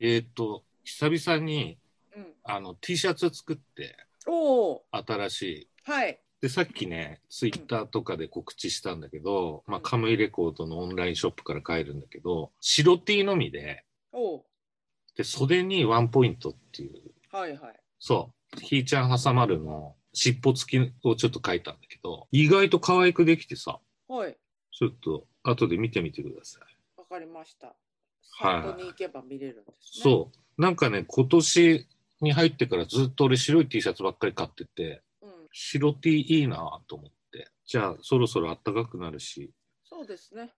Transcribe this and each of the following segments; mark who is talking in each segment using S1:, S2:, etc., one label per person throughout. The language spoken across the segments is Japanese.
S1: えーっと、久々に
S2: うん。
S1: あの T シャツ作って、
S2: おお。
S1: 新しい。
S2: はい。
S1: で、さっきね、ツイッターとかで告知したんだけど、まあ、カムイレコードのオンラインショップから買えるんだけど、白 T のみで、
S2: おお。
S1: で、袖にワンポイントっていう、
S2: はいはい。
S1: そう、ひーちゃん挟まるの、尻尾付きをちょっと書いたんだけど、意外と可愛くできてさ、
S2: はい。
S1: ちょっと後で見てみてください。
S2: わかりました。
S1: はい
S2: サイトに行けば見れるんですね。
S1: そう。なんかね、今年に入ってからずっと俺白い T シャツばっかり買ってて、
S2: う。うん。
S1: 白 T いいなと思って。じゃあそろそろ暖かくなるし、
S2: そうですね。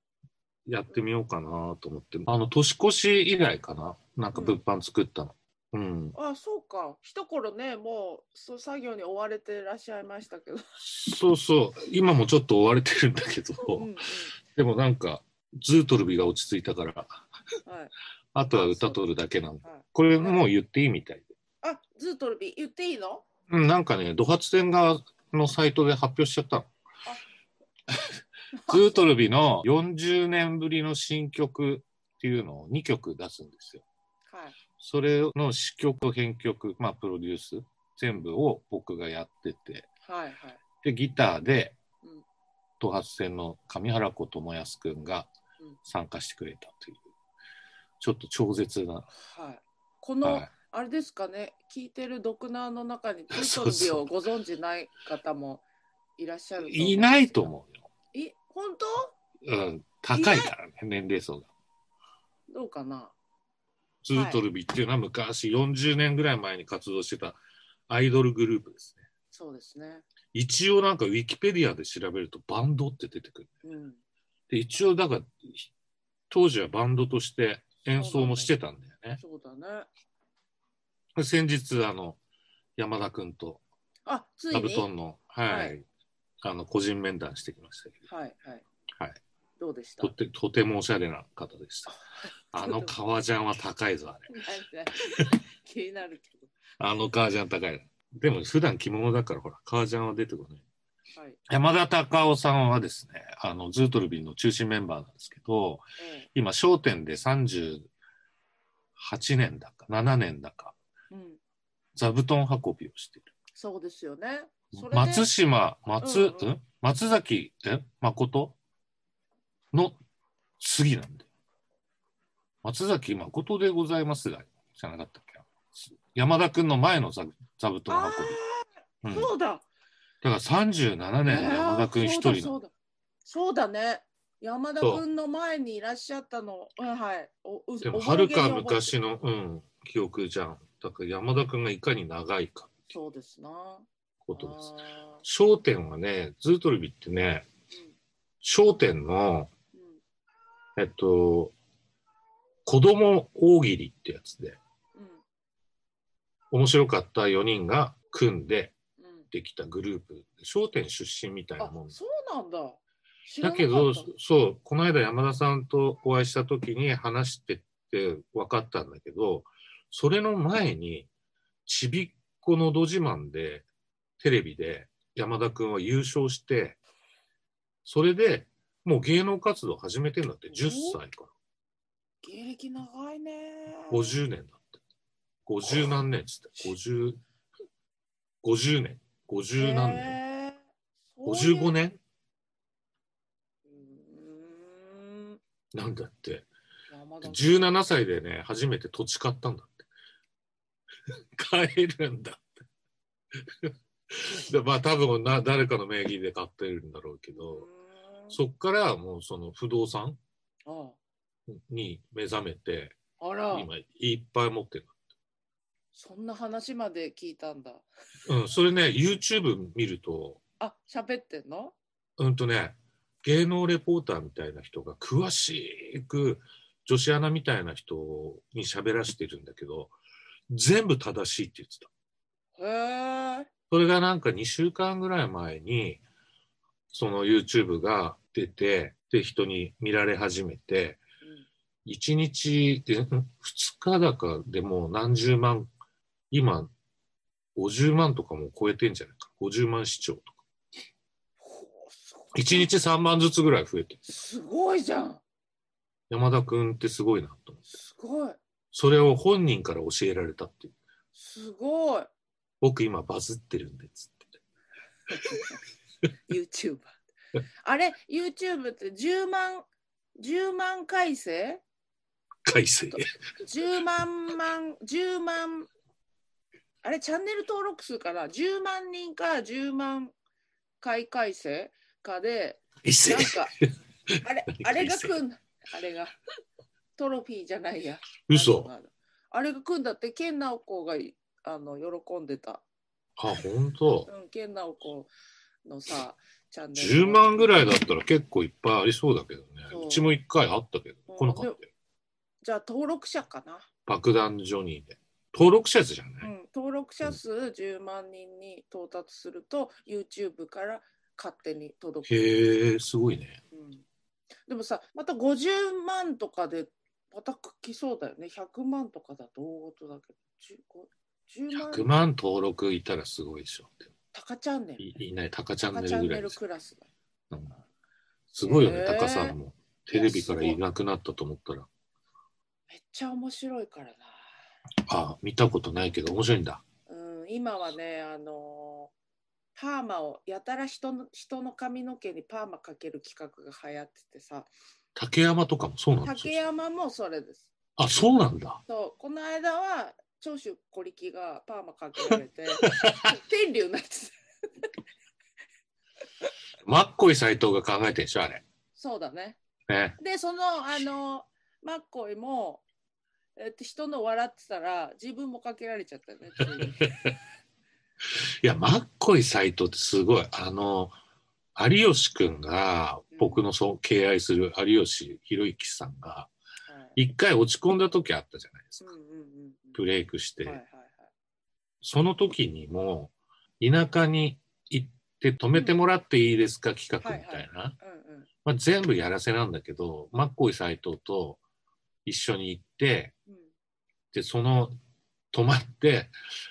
S1: やってみようかなと思って。あの、年越し以来かななんか物販作ったの。うん。
S2: あ、そうか。一頃ね、もうそう作業に追われてらっしゃいましたけど。
S1: そうそう。今もちょっと追われてるんだけ
S2: うんう
S1: ど、
S2: ん。
S1: でもなんか、ズートルビが落ち着いたから、
S2: はい。
S1: あとは歌取るだけなんだ。
S2: はい。
S1: これもう言っていいみたいで。
S2: あ、ズートルビ言っていいの？
S1: うん、なんかね、ドハツ店側のサイトで発表しちゃったの。 ズートルビの40年ぶりの新曲っていうのを2曲出すんですよ。
S2: はい。
S1: それの詞曲、編曲、まあプロデュース、全部を僕がやってて、
S2: はいはい。
S1: で、ギターで
S2: うん、
S1: 東発線の上原子智康くんが
S2: うん
S1: 参加してくれたという、ちょっと超絶な。
S2: はい。この、
S1: はい
S2: あれですかね、聞いてるドクナーの中に、ビート
S1: そう
S2: ルビ
S1: そ
S2: を
S1: う
S2: ご存知ない方もいらっしゃる思うんですが
S1: いないと思うよ。
S2: え、本当
S1: うん、高いからね、年齢層が。
S2: どうかな
S1: ズートルビっていうのは昔40年ぐらい前に活動してたアイドルグループですね。
S2: そうですね。
S1: 一応なんかウィキペディアで調べるとバンドって出てくる。
S2: うん。
S1: で、一応だから、ひ当時はバンドとして演奏もしてたんだよね。
S2: そうだね。
S1: で先日、あの、山田くんと
S2: あ、つい
S1: ラブト
S2: に。
S1: ンの、はい、
S2: はい
S1: あの、個人面談してきましたけど、
S2: はいはい。
S1: はい。
S2: どうでした
S1: とって、とてもおしゃれな方で した。あの革ジャンは高いぞ、あれ。
S2: ないない 気になるけ
S1: あの革ジャン高い。でも普段着物だから、ほら、革ジャンは出てこない。
S2: ど。はい。
S1: 山田隆夫さんはですね、あの、ズートルビンの中心メンバーなんですけど、
S2: ええ
S1: 今、商店で38年だか、7年だか、
S2: うん。
S1: 座布団運びをしている。
S2: そうですよね。それで
S1: 松島、松、
S2: うんうん
S1: ん松崎、え誠の次なんだよ。松崎誠でございますが、じゃなかったっけ山田くんの前の座座布団
S2: あ
S1: 運び。
S2: あ、
S1: うん。だ
S2: そうだ。
S1: から37年の山田くん一人
S2: あ
S1: な
S2: ー
S1: んだ
S2: そうだそうだそうだね山田君の前にいらっしゃったのうんはいおう
S1: でも、
S2: お
S1: は
S2: ぼ
S1: る
S2: ろげに
S1: か
S2: 覚えて
S1: 昔の、うん、記憶じゃん。だから山田くんがいかに長いかって
S2: そうですな
S1: ことです。
S2: あ
S1: 焦点はね、ズートルビってね、
S2: ー
S1: 焦点の、
S2: うん
S1: えっと、子供大喜利ってやつで、
S2: うん
S1: 面白かった4人が組んで
S2: うん
S1: できたグループ。焦点出身みたいなも
S2: うんんあそうなんだ知ら
S1: だ
S2: なか
S1: け
S2: った
S1: ど、そう、この間山田さんとお会いした時に話してって分かったんだけど、それの前に、ちびっこのど自慢で、テレビで山田くんは優勝して、それでもう芸能活動始めてんだって、10歳から。
S2: 芸歴長いね
S1: 50年だって。50何年っつって。50、50年。50何年。
S2: 年
S1: 55
S2: 年
S1: 年
S2: うーん
S1: なんだって。
S2: 山田君
S1: 17歳でね、初めて 土地買ったんだって。買えるんだって。 でまあ多分な誰かの名義で買ってるんだろうけど、
S2: うーん
S1: そっからもうその不動産
S2: あ
S1: に目覚めて、
S2: あら
S1: 今いっぱい持ってる。
S2: そんな話まで聞いたんだ
S1: うん、それね、YouTube 見ると、
S2: あ喋ってんの
S1: うんとね、芸能レポーターみたいな人が詳しく女子アナみたいな人に喋らせてるんだけど、全部正しいって言ってた。
S2: へえ
S1: それがなんか2週間ぐらい前に、その YouTube が出て、で、人に見られ始めて、1日で、2日だかでもう何十万、今、50万とかも超えてんじゃないか。50万視聴とか。
S2: ほうすごい
S1: 1日3万ずつぐらい増えてる。
S2: すごいじゃん
S1: 山田くんってすごいなと思って。
S2: すごい
S1: それを本人から教えられたっていう。
S2: すごい。
S1: 僕今バズってるんで、つって。
S2: YouTuber。あれ、YouTube って10万、10万回生
S1: 改正。
S2: 10万万、10万、あれ、チャンネル登録数かな ?10 万人か10万回回生かで、
S1: 改
S2: なん
S1: 正。
S2: か、あれ、あれが組んだ、あれが、トロフィーじゃないや。
S1: 嘘。
S2: なんだあれが組んだって、ケンナオコがいあの喜んで
S1: あ、
S2: た。
S1: 本当。
S2: うん、ケンナオコのさ、チャンネル。
S1: 10万ぐらいだったら結構いっぱいありそうだけどね
S2: そ。う
S1: うちも1回あったけど、
S2: うん
S1: 来なかったよ。
S2: じゃあ、登録者かな。
S1: 爆弾ジョニーで。登録者数じゃ
S2: う
S1: ない、
S2: ん、登録者数10万人に到達すると YouTube から勝手に届く、
S1: へえ、すごいね。
S2: うん、でもさまた50万とかでまた来そうだよね100万とかだと大事だけど 10,
S1: 100
S2: 万
S1: 万登録いたらすごいでしょって。
S2: 高チャンネル
S1: いいない、タカチャ
S2: 高
S1: ンネ
S2: チャ
S1: ル
S2: ン
S1: ぐらいで
S2: ネル
S1: す。
S2: クラスだ
S1: うんすごいよ
S2: へ
S1: ね、
S2: え
S1: タカさんも。テレビからいなくなったと思ったら、
S2: めっちゃ面白いからな
S1: あ見たことないけど面白いんだ。
S2: うん、今はね、あのーパーマをやたら人の人の髪の毛にパーマかける企画が流行っててさ
S1: 竹山とかもそうなんです
S2: 竹
S1: よ。
S2: 山もそれです
S1: あ、そうなんだ。
S2: そうこの間は長州小力がパーマかけられ て天竜になってた
S1: マッコイ斎藤が考えてんでしょ、あれ。
S2: そうだね
S1: ね。
S2: でそのあのマッコイも、えっと、人の笑ってたら自分もかけられちゃったよねついに
S1: いや、マッコイ斎藤ってすごい。あの、有吉くんが、僕のそう敬愛する有吉弘行さんが、
S2: はい
S1: 一回落ち込んだ時あったじゃないです
S2: うん
S1: か。
S2: うんうん
S1: ブレイクし
S2: うんはいは
S1: て。
S2: い
S1: その時にも、田舎に行って泊めてもらっていいですか、企画みたいな。
S2: はいうんうん
S1: まあ、全部やらせなんだけど、マッコイ斎藤と一緒に行って、
S2: うん
S1: で、その、泊まって、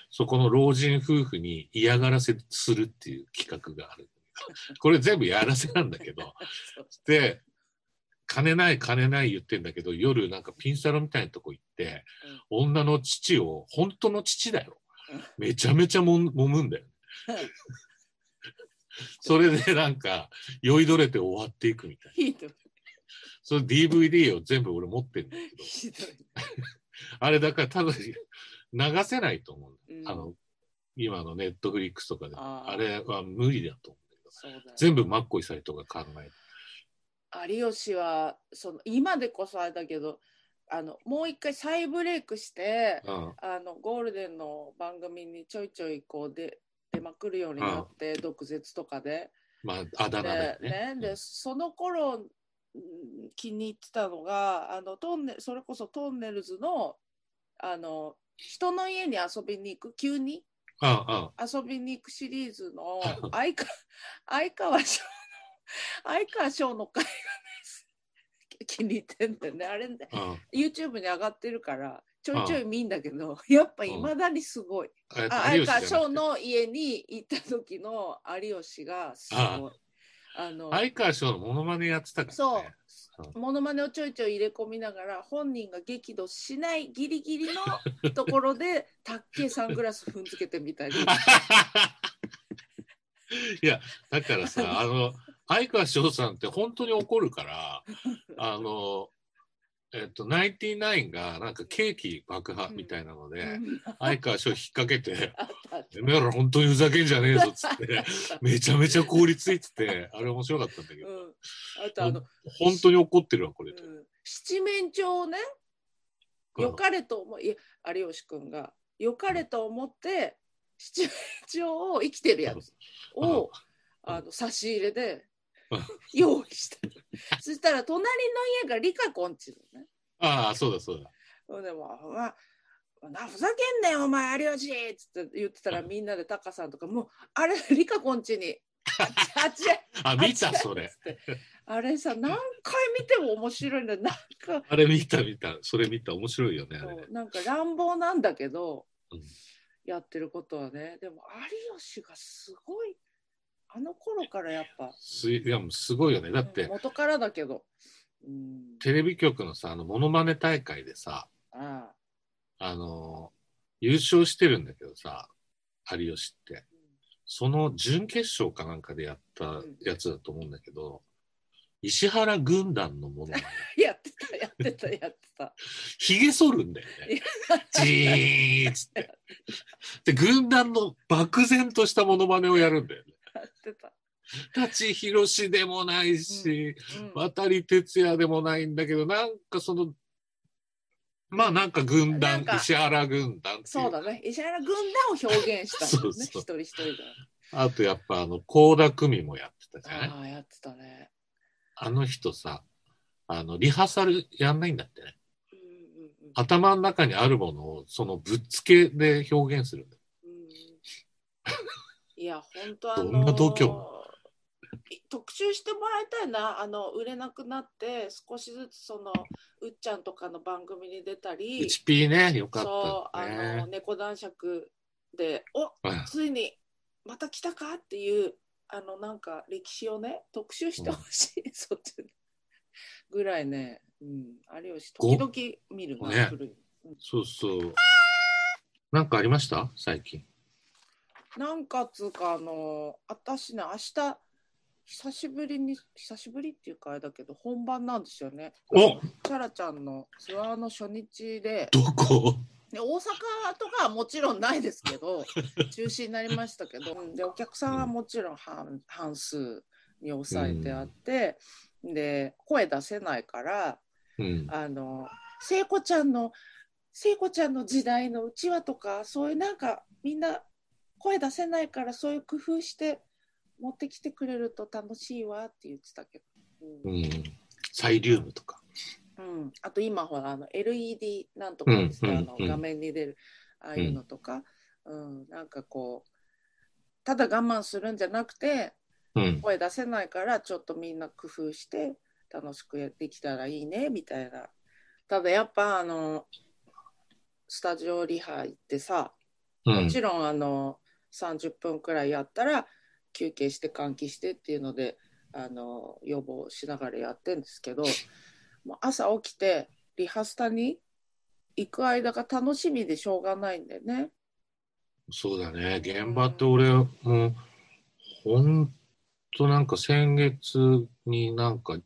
S1: そこの老人夫婦に嫌がらせするっていう企画がある。これ全部やらせなんだけど。
S2: そう
S1: で、金ない金ない言ってんだけど、夜なんかピンサロみたいなとこ行って、女の父を、本当の父だよ
S2: うん。
S1: めちゃめちゃもん揉むんだよ。それでなんか、酔いどれて終わっていくみたいな。
S2: ひどい
S1: その DVD を全部俺持ってるんだけど、
S2: ひどい
S1: あれだからただ流せないと思うんだよ。
S2: うん
S1: あの、今のネットフリックスとかで、
S2: あー
S1: あれは無理だと思うんだけど、
S2: そうだよ
S1: 全部マッコイサイトが考えて、
S2: 有吉はその今でこそあれだけどあのもう一回再ブレイクして
S1: うん、
S2: あのゴールデンの番組にちょいちょいこうで出まくるようになって、毒舌とかで。
S1: まあ、あだ名だよ
S2: で,、
S1: ね。
S2: ね
S1: うん
S2: でその頃うん気に入ってたのがあのトンネそれこそトンネルズのあの人の家に遊びに行く急に
S1: あ
S2: 遊びに行くシリー ズの相川相川翔の相川翔の会がね 気に入ってんだよねあれね
S1: あ、ああ、
S2: YouTube に上がってるからちょいちょい見んだけど やっぱいまだにすごい、
S1: あれ
S2: あ相川
S1: じゃな
S2: 翔
S1: くて
S2: の家に行った時の有吉がすごいあの
S1: 相川翔のモノマネやってたから
S2: そ
S1: ね。
S2: うモノマネをちょいちょい入れ込みながら本人が激怒しないギリギリ のところでたっけえサングラス踏んづけてみたり
S1: いや、だからさ、あの、相川翔さんって本当に怒るから、あの、えっと、ナインティナインがなんかケーキ爆破みたいなので、
S2: うん
S1: 相川翔引っ掛けて、
S2: あったあった
S1: てめえら本当にふざけんじゃ ねえぞっつって、めちゃめちゃ凍りついてて、あれ面白かったんだけ
S2: う
S1: ど、
S2: ん、あとあの、
S1: 本当に怒ってるわ、こ
S2: う
S1: れ。
S2: ん、七面鳥をねよかれと思いいや有吉君がよかれと思って七面鳥を生きてるやつを
S1: うん
S2: あの差し入れで
S1: うん
S2: 用意したそしたら隣の家がリカコンチのね
S1: ああ、そうだそうだ。
S2: ほんでもううわなふざけんなよお前有吉っつって言ってたらみんなでタカさんとかもうあれリカコンチにあっちあっち
S1: あ、見た、そ
S2: っ
S1: れ。
S2: つってあれさ何回見ても面白いんだよなんか
S1: あれ見た、見た。それ見た、面白いよね、あれね
S2: そうなんか乱暴なんだけど、
S1: うん
S2: やってることはねでも有吉がすごいあの頃からやっぱ
S1: すいや、もうすごいよね。だっ
S2: うん
S1: て、
S2: 元からだけど、うん、
S1: テレビ局のさ、あの、モノマネ大会でさ、
S2: ああ
S1: あの、優勝してるんだけどさ、有吉って。その準決勝かなんかでやったやつだと思うんだけど、石原軍団のもの、
S2: やってたやっ てたやってた。
S1: ひげ剃るんだよね。ジーンつって。で、軍団の漠然としたモノマネをやるんだよね。
S2: やってた。
S1: 舘ひろしでもないし、
S2: うん
S1: 渡哲也でもないんだけど、なんかその、まあなんか軍
S2: な
S1: 団
S2: ん、か
S1: 石原軍団ってい
S2: そうだね。石原軍団を表現したもんね。
S1: そうそう
S2: 一人一人が。
S1: あとやっぱあの、高田久美もやってたじゃない
S2: ああ、やってたね。
S1: あの人さ、あの、リハーサルやんないんだってね。
S2: うんうんうん
S1: 頭の中にあるものをそのぶっつけで表現する。
S2: うんいや、本当あの
S1: どんな度胸
S2: い特集してもらいたいな。あの、売れなくなって、少しずつその、うっちゃんとかの番組に出たり、
S1: 1P ね、よか
S2: そ
S1: っ
S2: う、
S1: た
S2: あ
S1: ね
S2: の、。猫男爵で、お
S1: うん
S2: ついにまた来たかっていうあのなんか歴史をね特集してほしい、そっちぐらいね、うん、有吉
S1: ご
S2: 時々見るな、
S1: ね
S2: 古い
S1: そうそう。なんかありました最近。
S2: なんかつうかあの私ね明日久しぶりに久しぶりっていうかあれだけど本番なんですよね
S1: お
S2: チャラちゃんのツアーの初日で
S1: どこ
S2: で大阪とかはもちろんないですけど中止になりましたけどうんでお客さんはもちろん半半数に抑えてあって、で声出せないから
S1: うん。
S2: あの聖子ちゃんの聖子ちゃんの時代のうちわとかそういうなんかみんな声出せないからそういう工夫して持ってきてくれると楽しいわって言ってたけど。うん
S1: うん。サイリウムとか。
S2: うん、あと今ほらあの LED なんとかですね、
S1: うん
S2: あ
S1: う
S2: の
S1: ん
S2: 画面に出るああいうのとか、うんなんかこうただ我慢するんじゃなくて
S1: うん。
S2: 声出せないからちょっとみんな工夫して楽しくやってきたらいいねみたいなただやっぱあのスタジオリハ行ってさ
S1: う
S2: も
S1: ん。
S2: ちろんあの30分くらいやったら休憩して換気してっていうのであの予防しながらやってんですけどもう朝起きてリハスタに行く間が楽しみでしょうがないんでね。
S1: そうだね。現場って俺、もう、ほんとなんか先月になんか、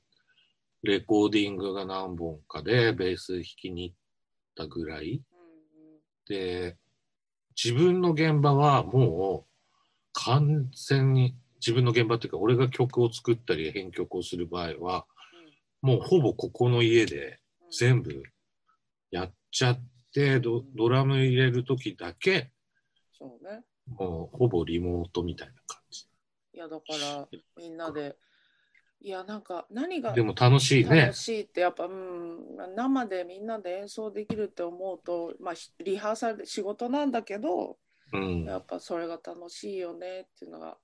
S1: レコーディングが何本かでベース弾きに行ったぐらい。で、自分の現場はもう完全に自分の現場っていうか、俺が曲を作ったり編曲をする場合は、もうほぼここの家で全部やっちゃって、ドドラム入れる時だけ、
S2: そうね
S1: もうほぼリモートみたいな感じ。
S2: いやだからみんなでいやなんか何が
S1: でも楽しいね
S2: 楽。しいってやっぱ、うん、生でみんなで演奏できるって思うと、まあ、ひリハーサルで仕事なんだけど
S1: うん。
S2: やっぱそれが楽しいよねっていうのが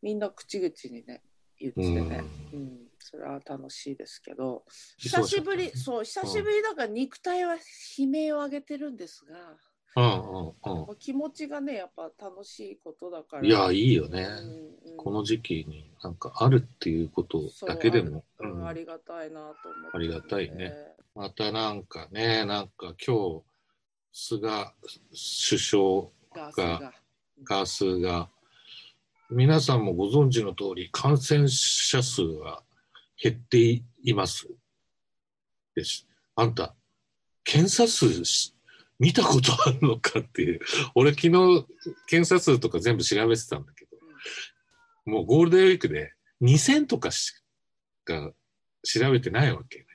S2: みんな口々にね言って
S1: う
S2: て
S1: ん
S2: ね、うんそれは楽しいですけど久
S1: 忙
S2: し
S1: かったね
S2: ぶりそう久しぶりだから肉体は悲鳴を上げてるんですが、
S1: うんうん
S2: 気持ちがねやっぱ楽しいことだか
S1: う
S2: ら
S1: ん。いや、いいよね。
S2: うんうん
S1: この時期になんかあるっていうことだけでも。
S2: そうあ,、うん
S1: うん
S2: ありがたいなと思って
S1: ありがたいねまたなんかね、なんか今日、菅首
S2: ガスが
S1: 相が、数が、皆さんもご存知の通り、感染者数は減っています。です。あんた、検査数し見たことあるのかっていう。俺昨日、検査数とか全部調べてたんだけど、もうゴールデンウィークで2000とかしか調べてないわけね。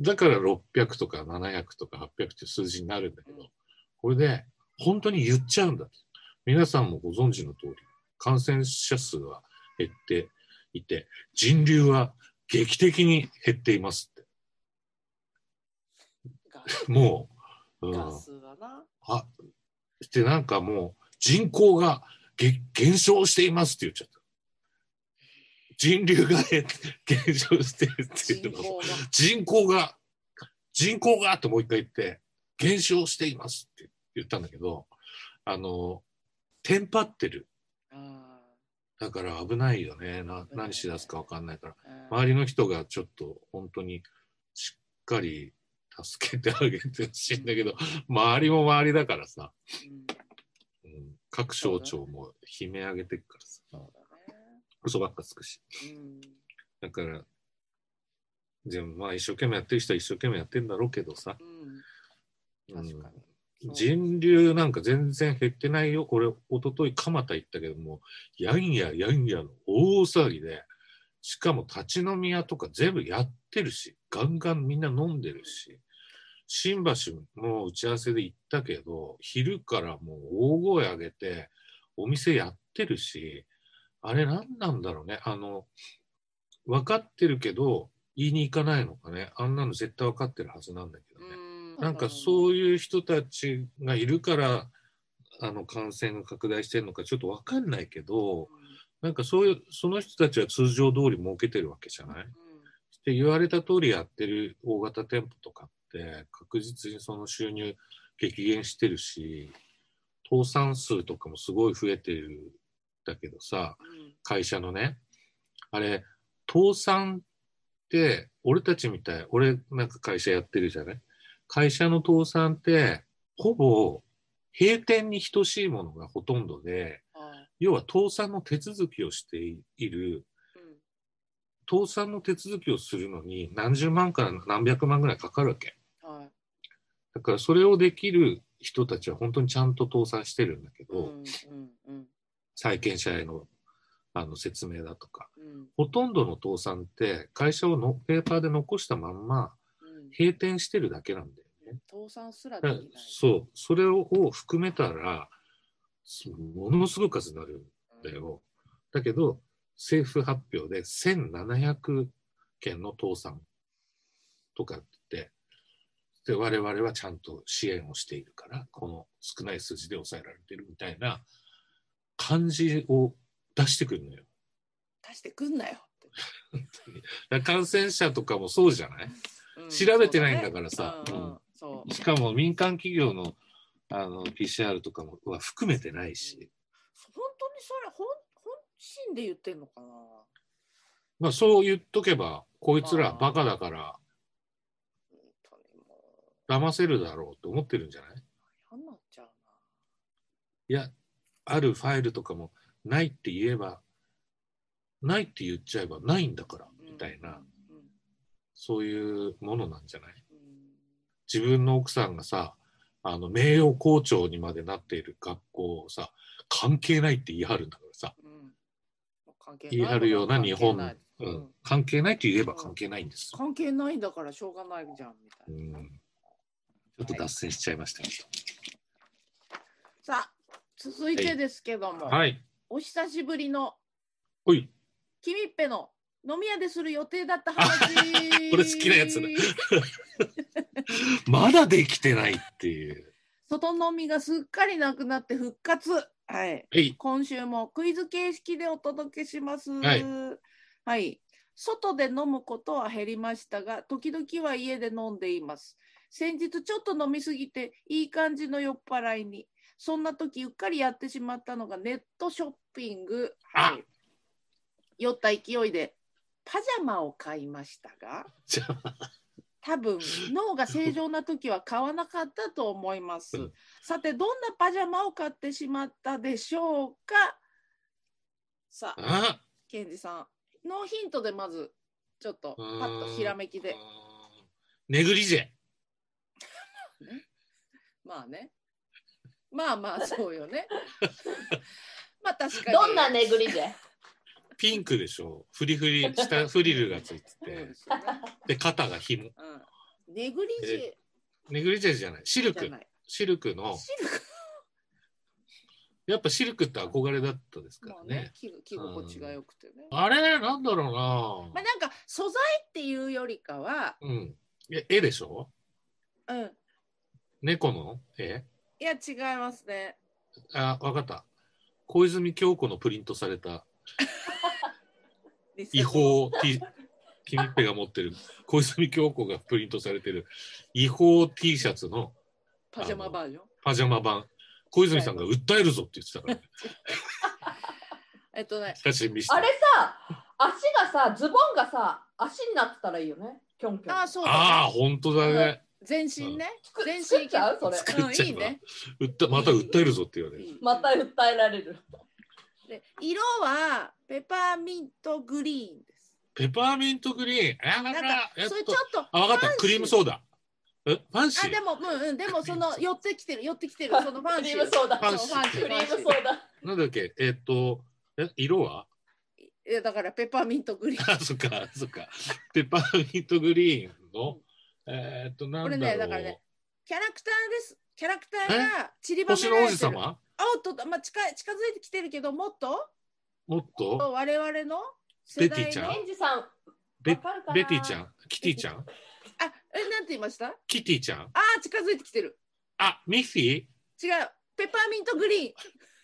S1: だから600とか700とか800っていう数字になるんだけど、これで本当に言っちゃうんだ。皆さんもご存知の通り、感染者数は減っていて、人流は劇的に減っていますっ
S2: ガ
S1: て。もう、うん
S2: ガスだな。
S1: あ、してなんかもう人口がげ減少していますって言っちゃった。人流が減減少してるって
S2: 人
S1: 言ってます。
S2: 口が。
S1: 人口が、人口がってもう一回言って、減少していますって言ったんだけど、あの、テンパってる。
S2: あ
S1: だから危ないよね。な
S2: 危ない
S1: 何しだすか分かんないから。
S2: ー
S1: 周りの人がちょっと本当にしっかり助けてあげてほしいんだけど、周りも周りだからさ、
S2: うん
S1: うん、各省庁も悲鳴上げてくからさ、
S2: そうだね。
S1: 嘘ばっかつくし。
S2: うん。
S1: だから、でもまあ一生懸命やってる人は一生懸命やってんだろうけどさ、
S2: うん。
S1: うん
S2: 確かに。そう
S1: 人流なんか全然減ってないよ。これ、一昨日蒲田行ったけども、やんややんやの大騒ぎで、しかも立ち飲み屋とか全部やってるし、ガンガンみんな飲んでるし、新橋も打ち合わせで行ったけど、昼からもう大声上げて、お店やってるし、あれ何なんだろうね。あの、分かってるけど、言いに行かないのかね。あんなの絶対分かってるはずなんだけどね。
S2: うん。
S1: なんか
S2: う
S1: そういう人たちがいるから、あの感染が拡大してるのかちょっとわかんないけど、なんかそういう、その人たちは通常通り儲けてるわけじゃないっ
S2: ん。うん
S1: て言われた通りやってる大型店舗とかって、確実にその収入激減してるし、倒産数とかもすごい増えてるんだけどさ、
S2: うん
S1: 会社のね、あれ、倒産って、俺たちみたい、俺なんか会社やってるじゃない会社の倒産って、ほぼ閉店に等しいものがほとんどで、
S2: あ
S1: 要は倒産の手続きをしている、
S2: ーうん
S1: 倒産の手続きをするのに何十万から何百万ぐらいかかるわけ。
S2: はい
S1: だからそれをできる人たちは本当にちゃんと倒産してるんだけ
S2: う
S1: ど、
S2: んうん
S1: 債権者へのあの説明だとか、
S2: うん
S1: ほとんどの倒産って会社をのペーパーで残したまんま
S2: うん
S1: 閉店してるだけなんだよね。
S2: 倒産すらで
S1: だ
S2: き
S1: から
S2: ない。
S1: そう、それを含めたら、すものすごい数になるんだよ。だけど、政府発表で1700件の倒産とかってで、我々はちゃんと支援をしているから、この少ない数字で抑えられてるみたいな感じを出してくるのよ。
S2: 出してくんなよって。
S1: だから感染者とかもそうじゃない
S2: うん
S1: 調べてないんだからさ
S2: そうだねうん
S1: うん
S2: そ。
S1: しかも民間企業のあの PCR とかもは含めてないうし、
S2: 本当にそれ本本心で言ってんのかな。
S1: まあ、そう言っとけばこいつらバカだから
S2: 本当にもう
S1: 騙せるだろうと思ってるんじゃない
S2: 嫌になっちゃうな。
S1: いやあるファイルとかもないって言えばないって言っちゃえばないんだからみたいな、
S2: うん。うん
S1: そういうものなんじゃない
S2: うん
S1: 自分の奥さんがさあの名誉校長にまでなっている学校をさ関係ないって言い張るんだからさ
S2: うんもう関係ない
S1: 言い張るような日本
S2: 関係ない
S1: うん
S2: うん
S1: 関係ないって言えば関係ないんですよ、
S2: 関係ないんだからしょうがないじゃんみた
S1: う
S2: いな。
S1: ん、ちょっと脱線しちゃいましたけど
S2: さあ続いてですけども、
S1: はい。
S2: お久しぶりの
S1: おい。
S2: キミッペの飲み屋でする予定だった 話
S1: これ好きなやつだまだできてないっていう。
S2: 外飲みがすっかりなくなって復活はい
S1: はい。
S2: 今週もクイズ形式でお届けします
S1: はい、
S2: はい外で飲むことは減りましたが時々は家で飲んでいます先日ちょっと飲みすぎていい感じの酔っ払いにそんな時うっかりやってしまったのがネットショッピング、はい、酔った勢いでパジャマを買いましたが
S1: じゃあ、
S2: 多分脳が正常な時は買わなかったと思います
S1: うん。
S2: さてどんなパジャマを買ってしまったでしょうかさあ
S1: あ
S2: ケンジさんのヒントでまずちょっとパッとひらめきで
S1: ネグリジェ。
S2: まあねまあまあそうよ ねまあ確かに
S3: どんなネグリジェ
S1: ピンクでしょ。フリフリ、 下フリルがついて
S2: そう
S1: て
S2: で。すよね
S1: で、肩が紐。
S2: うん、ネグリジェ
S1: ネグリジェじゃない。シル
S2: じゃ
S1: ク
S2: な。い
S1: シルクの。
S2: シルク
S1: やっぱシルクって憧れだったですか
S2: も
S1: ら
S2: ね
S1: ね。
S2: 着着心地が良くてね、まあ
S1: あれ、なんだろうな。
S2: なんか素材っていうよりかは
S1: うん。いや絵でしょ
S2: うん
S1: 猫の絵
S2: いや違いますね
S1: あ、わかった。小泉京子のプリントされた
S2: リセット
S1: 違法 T 君っぺが持ってる小泉京子がプリントされてる違法 T シャツの
S2: パジャマバージョン
S1: パジャマ版小泉さんが訴えるぞって言ってたから、ね、
S2: えっとね
S1: 写真見せて
S3: あれさ、足がさ、ズボンがさ、足になってたらいいよね。キョンキョン。
S2: ああそうだ、ね、
S1: ああ本当だね
S2: 全身ね。
S3: 作
S2: 全身
S3: 作っちゃうそれ。
S1: 作っちゃえば
S2: うんいいね
S1: 訴また訴えるぞって言われ
S2: い
S1: る。
S2: い
S3: また訴えられる。
S2: で色はペパーミントグリーンです。
S1: ペパーミントグリーン。あ、なん
S2: な
S1: ん
S2: か
S1: か、えっ
S2: それち
S1: と
S2: ょっ、と
S1: あ、わかった。クリームソ
S2: ー
S1: ーダ。え、ファンシ
S2: あで
S1: ー。
S2: もうんうんでもその寄ってきてる寄ってきてるそのファ
S3: ク
S2: ン
S3: リ
S2: シ
S3: ー
S2: ー
S3: ム。ソーダ。
S1: ファン
S2: そう
S1: シ
S2: フ
S1: ー
S2: ァンシ
S3: ク
S2: ー
S3: リームソーダ。
S1: なんだっけえっと、え、色は
S2: えだからペパーミントグリーン。
S1: あ、そっか、そっか。ペパーミントグリーンの、えっと、なんだろう。
S2: これねだからねキャラクターです。キャラクターが散りばめ
S1: 星
S2: ら
S1: の
S2: れ
S1: 王
S2: て
S1: 子
S2: る。
S1: 様
S2: あおっとまあ近い近づいてきてるけどもっと
S1: もっと
S2: 我々の世代の
S1: ベティちゃん
S3: エンジさん。
S1: ベ
S3: わかるかな
S1: ベティちゃん、キティちゃん、
S2: あえなんて言いました？
S1: キティちゃん。
S2: あー近づいてきてる。
S1: あ、ミッフィー
S2: 違うペパーミントグリー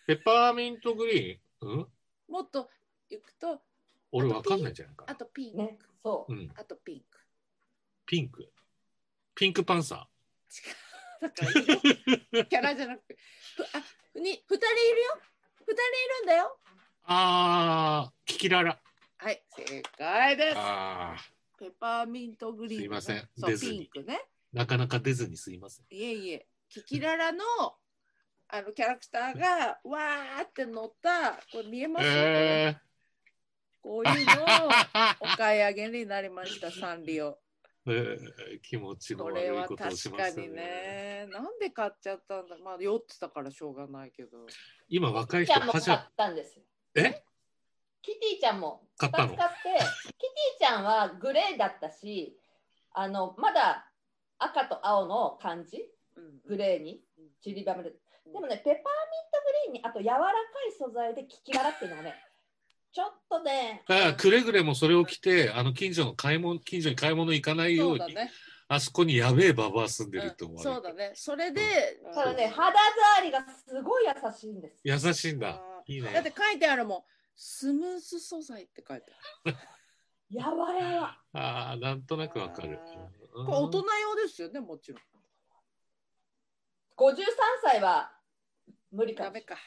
S1: ペパーミントグリーンうん
S2: ン。もっと行くと
S1: 俺わかんないじゃんか
S2: あ。とピンク、
S3: ね、そう。
S1: うん、
S2: あとピンク。
S1: ピンク。ピンクパンサ
S2: だから キャラじゃなくて、ふあ、に、二人いるよ。二人いるんだよ。
S1: ー。あー、キキララ。
S2: はい、正解です。
S1: あ
S2: ペパーミントグリーン、
S1: すいません
S2: そう、
S1: 出ず
S2: ピン
S1: に
S2: クね。
S1: ー、なかなか出ずにすいません。
S2: いえいえ、キキララの。あのキャラクターがわーって乗った、これ見えます、
S1: えー。
S2: これこういうのをお買い上げになりました、サンリオ。
S1: えー気持ちの
S2: こ
S1: 悪
S2: れ
S1: い
S2: は
S1: こ
S2: 確
S1: とをしま
S2: か
S1: した
S2: に
S1: ね。
S2: ね、なんで買っちゃったんだ、まあ酔ってたからしょうがないけど。
S1: 今若い
S3: キティ
S1: 人パジ
S3: ちゃんも買
S1: ャマ
S3: ったんですよ。
S1: え
S3: キティちゃんも
S1: 買ったの
S3: いぱい使って、キティちゃんはグレーだったし、あのまだ赤と青の感じ、
S2: うん、
S3: グレーに散りばめる。でもね、ペパーミントグリーンにあと柔らかい素材でキキララっていうのがね、 ちょっとね、
S1: あくれぐれもそれを着て、あの近所の買い物、近所に買い物行かないよ
S2: そうう
S1: に、
S2: だね。
S1: あそこにやべえババア住んでると
S2: う
S1: 思
S2: ん
S1: われる。
S2: そうだね。それで、
S3: ただね、
S2: うん
S3: 肌触りがすごい優しいんです。
S1: 優しいんだ。
S2: あ
S1: いい
S2: ーだっ
S1: ね。
S2: て書いてあるもん。スムース素材って書いてあ
S3: やわやわ。
S1: ああ、なんとなくわかる。
S2: る。これ大人
S1: うん
S2: 用ですよね、もちろん。
S3: 53歳は無理か
S2: ダ
S3: も
S2: メか。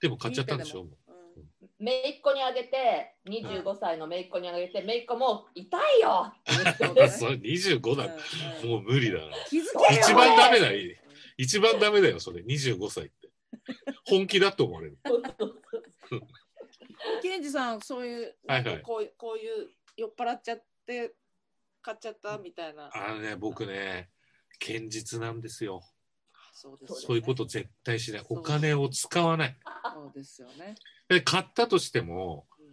S1: でも買っちゃったんでしょも
S2: うん
S3: 姪っ子にあげて25歳の姪っ子にあげて姪っ子も「痛い よ!
S2: そう
S1: う。
S2: だね
S1: それ25だ。
S2: うんうん
S1: もう無理だな。
S2: 気づ
S3: う
S2: け
S3: ん
S2: よ
S1: 一番ダメだ。
S2: うん
S1: い一番ダメだよ、それ。25歳って。本気だと思われる。」
S2: ケンジさん、そういう、
S1: はいはい
S2: こういう、こういう酔っ払っちゃって。買っちゃったみたいな。
S1: あのね、僕ね、堅実なんですよ。
S2: そうですよね。
S1: そういうこと絶対しない。
S2: そう
S1: お金を使わない。
S2: そうですよね。
S1: で買ったとしても
S2: うん、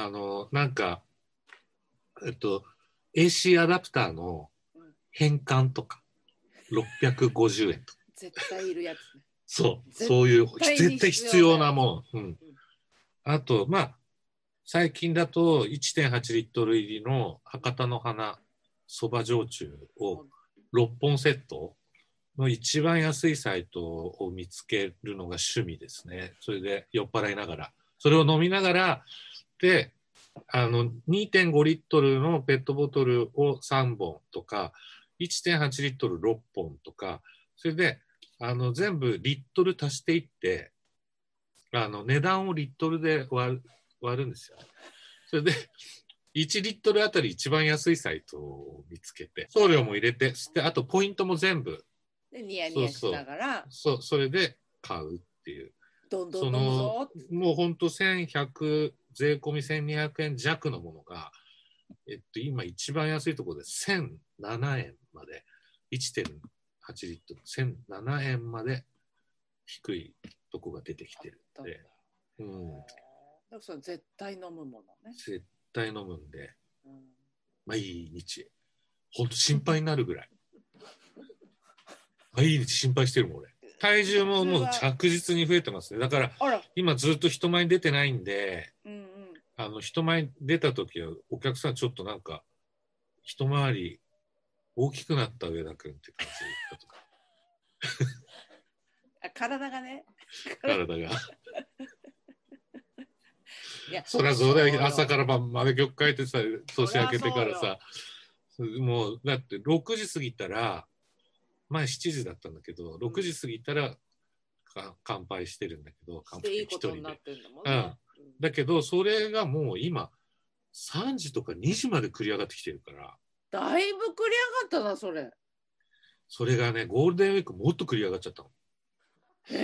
S1: あの、なんか、えっと、AC アダプターの変換とか、650円とか。
S2: 絶対いるやつね。
S1: そう、
S2: 絶対
S1: そういう、
S2: に
S1: 絶対
S2: 必
S1: 必
S2: 要
S1: 要
S2: な
S1: なもの。うん。あと、まあ、最近だと1.8リットル入りの博多の花、そば焼酎を6本セットの一番安いサイトを見つけるのが趣味ですね。それで酔っ払いながら。それを飲みながら、で、あの、2.5リットルのペットボトルを3本とか、1.8リットル6本とか、それで、あの、全部リットル足していって、あの、値段をリットルで割る割るんですよ。それで、1リットルあたり一番安いサイトを見つけて、送料も入れて、して、あとポイントも全部、
S2: で、ニヤニヤしながら、
S1: そ、それで買うっていう。
S2: どんどんどんどん。
S1: もうほんと1100、税込み1200円弱のものが、えっと、今一番安いところで1007円まで、1.8リットル、1007円まで低いとこが出てきてるんで、うん、
S2: だからそれ絶対飲むものね。
S1: 絶対飲むんで、
S2: うん
S1: 毎日、ほんと心配になるぐらい。毎日心配してるもん、俺。体重ももう着実に増えてますね。だから、
S2: あら、
S1: 今ずっと人前に出てないんで、
S2: うんうん。
S1: あの人前に出た時はお客さんちょっとなんか一回り大きくなった上田君って感じだとか
S2: あ体がね。
S1: 体 が
S2: いや
S1: そりゃそうだよ朝
S2: ら。
S1: から晩まで曲書いてさ年明けてから
S2: そりゃ
S1: さもうだって6時過ぎたら前7時だったんだけど6時過ぎたらか乾杯してるんだけど乾
S2: で
S1: 杯
S2: いい
S1: 一
S2: こと
S1: 人
S2: になっ
S1: で
S2: てんだもんね。うん
S1: だけどそれがもう今3時とか2時まで繰り上がってきてるから
S2: だいぶ繰り上がったな、それ。
S1: それがね、ゴールデンウィークもっと繰り上がっちゃったの。
S2: え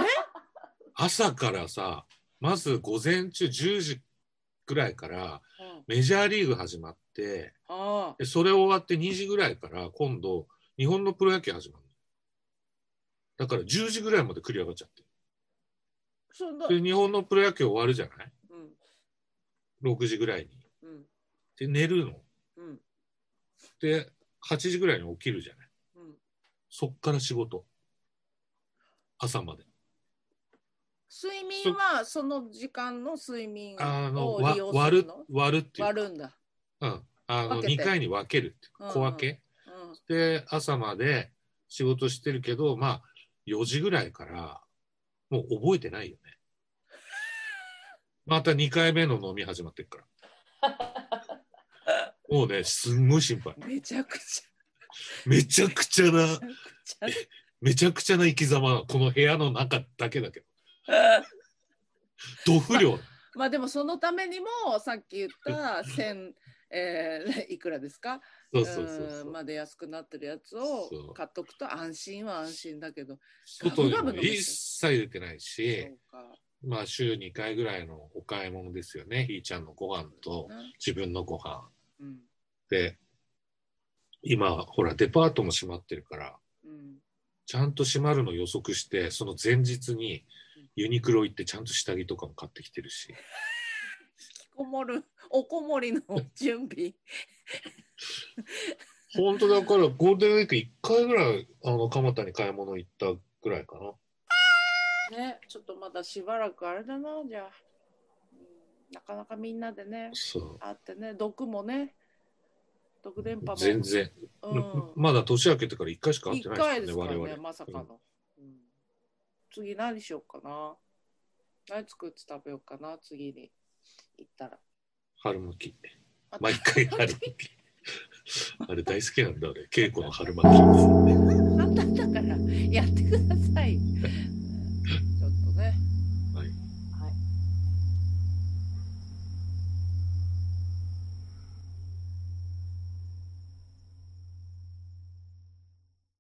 S1: 朝からさ、まず午前中10時ぐらいから
S2: うん
S1: メジャーリーグ始まって、
S2: あ
S1: でそれ終わって2時ぐらいから今度、日本のプロ野球始まるの。だから10時ぐらいまで繰り上がっちゃって
S2: あ、そんな、う
S1: る。で、日本のプロ野球終わるじゃない
S2: ん、
S1: ?6 時ぐらいに。
S2: うん、
S1: で、寝るの。
S2: うん、
S1: で、8時ぐらいに起きるじゃない
S2: うん。
S1: そっから仕事。朝まで。
S2: 睡眠はその時間の睡眠
S1: あの、
S2: を
S1: わ
S2: 利用す
S1: 割
S2: る
S1: る
S2: の、
S1: 割るっていう
S2: 割
S1: か。
S2: るんだ。
S1: うん。あの、
S2: 分けて
S1: 2回に分けるっていう
S2: うん
S1: か、
S2: うん
S1: 小分け。
S2: うん、
S1: で、朝まで仕事してるけど、まあ、4時ぐらいから、もう覚えてないよね。 また2回目の飲み始まってるから。もうね、すんごい心配。
S2: めちゃくち
S1: めちゃくちゃな
S2: ゃ、、めちゃくち
S1: めちゃくちゃな生き様、この部屋の中だけだけ
S2: ゃ。
S1: ど。ど不良。
S2: まあでもそのためにもさっき言った千えー、 いくらですか。
S1: そうそうそうそううん
S2: まで安くなってるやつ
S1: そう
S2: を買っとくと安心は安心だけど
S1: 外に
S2: ガ
S1: も
S2: ブガブ飲む
S1: 一切出てないし
S2: そ、うか
S1: まあ週2回ぐらいのお買い物ですよね。ひーちゃんのご飯と
S2: な
S1: 自分のご飯。
S2: うん
S1: で、今、ほら、デパートも閉まってるから、
S2: うん
S1: ちゃんと閉まるの予測して、その前日にユニクロ行ってちゃんと下着とかも買ってきてるし、
S2: 引きこもる おこもりの準備
S1: 本当だからゴールデンウィーク1回ぐらい、あの、蒲田に買い物行ったぐらいかな。
S2: ねちょっとまだしばらくあれだなじゃあ、うんなかなかみんなでね
S1: そ
S2: あってね毒もね毒電波
S1: う。
S2: も
S1: 全然。
S2: うん
S1: まだ年明けてから1回しか会っ
S2: 一
S1: てない
S2: 回
S1: で
S2: ですす
S1: よ
S2: か
S1: ね、
S2: ら
S1: 我
S2: ね、
S1: 々。
S2: まさかの。うん次何しようかな。何作って食べようかな、次に行ったら。
S1: 春巻き。
S2: あ
S1: 毎回春巻き。あれ大好きなんだ、俺。稽古の春巻き。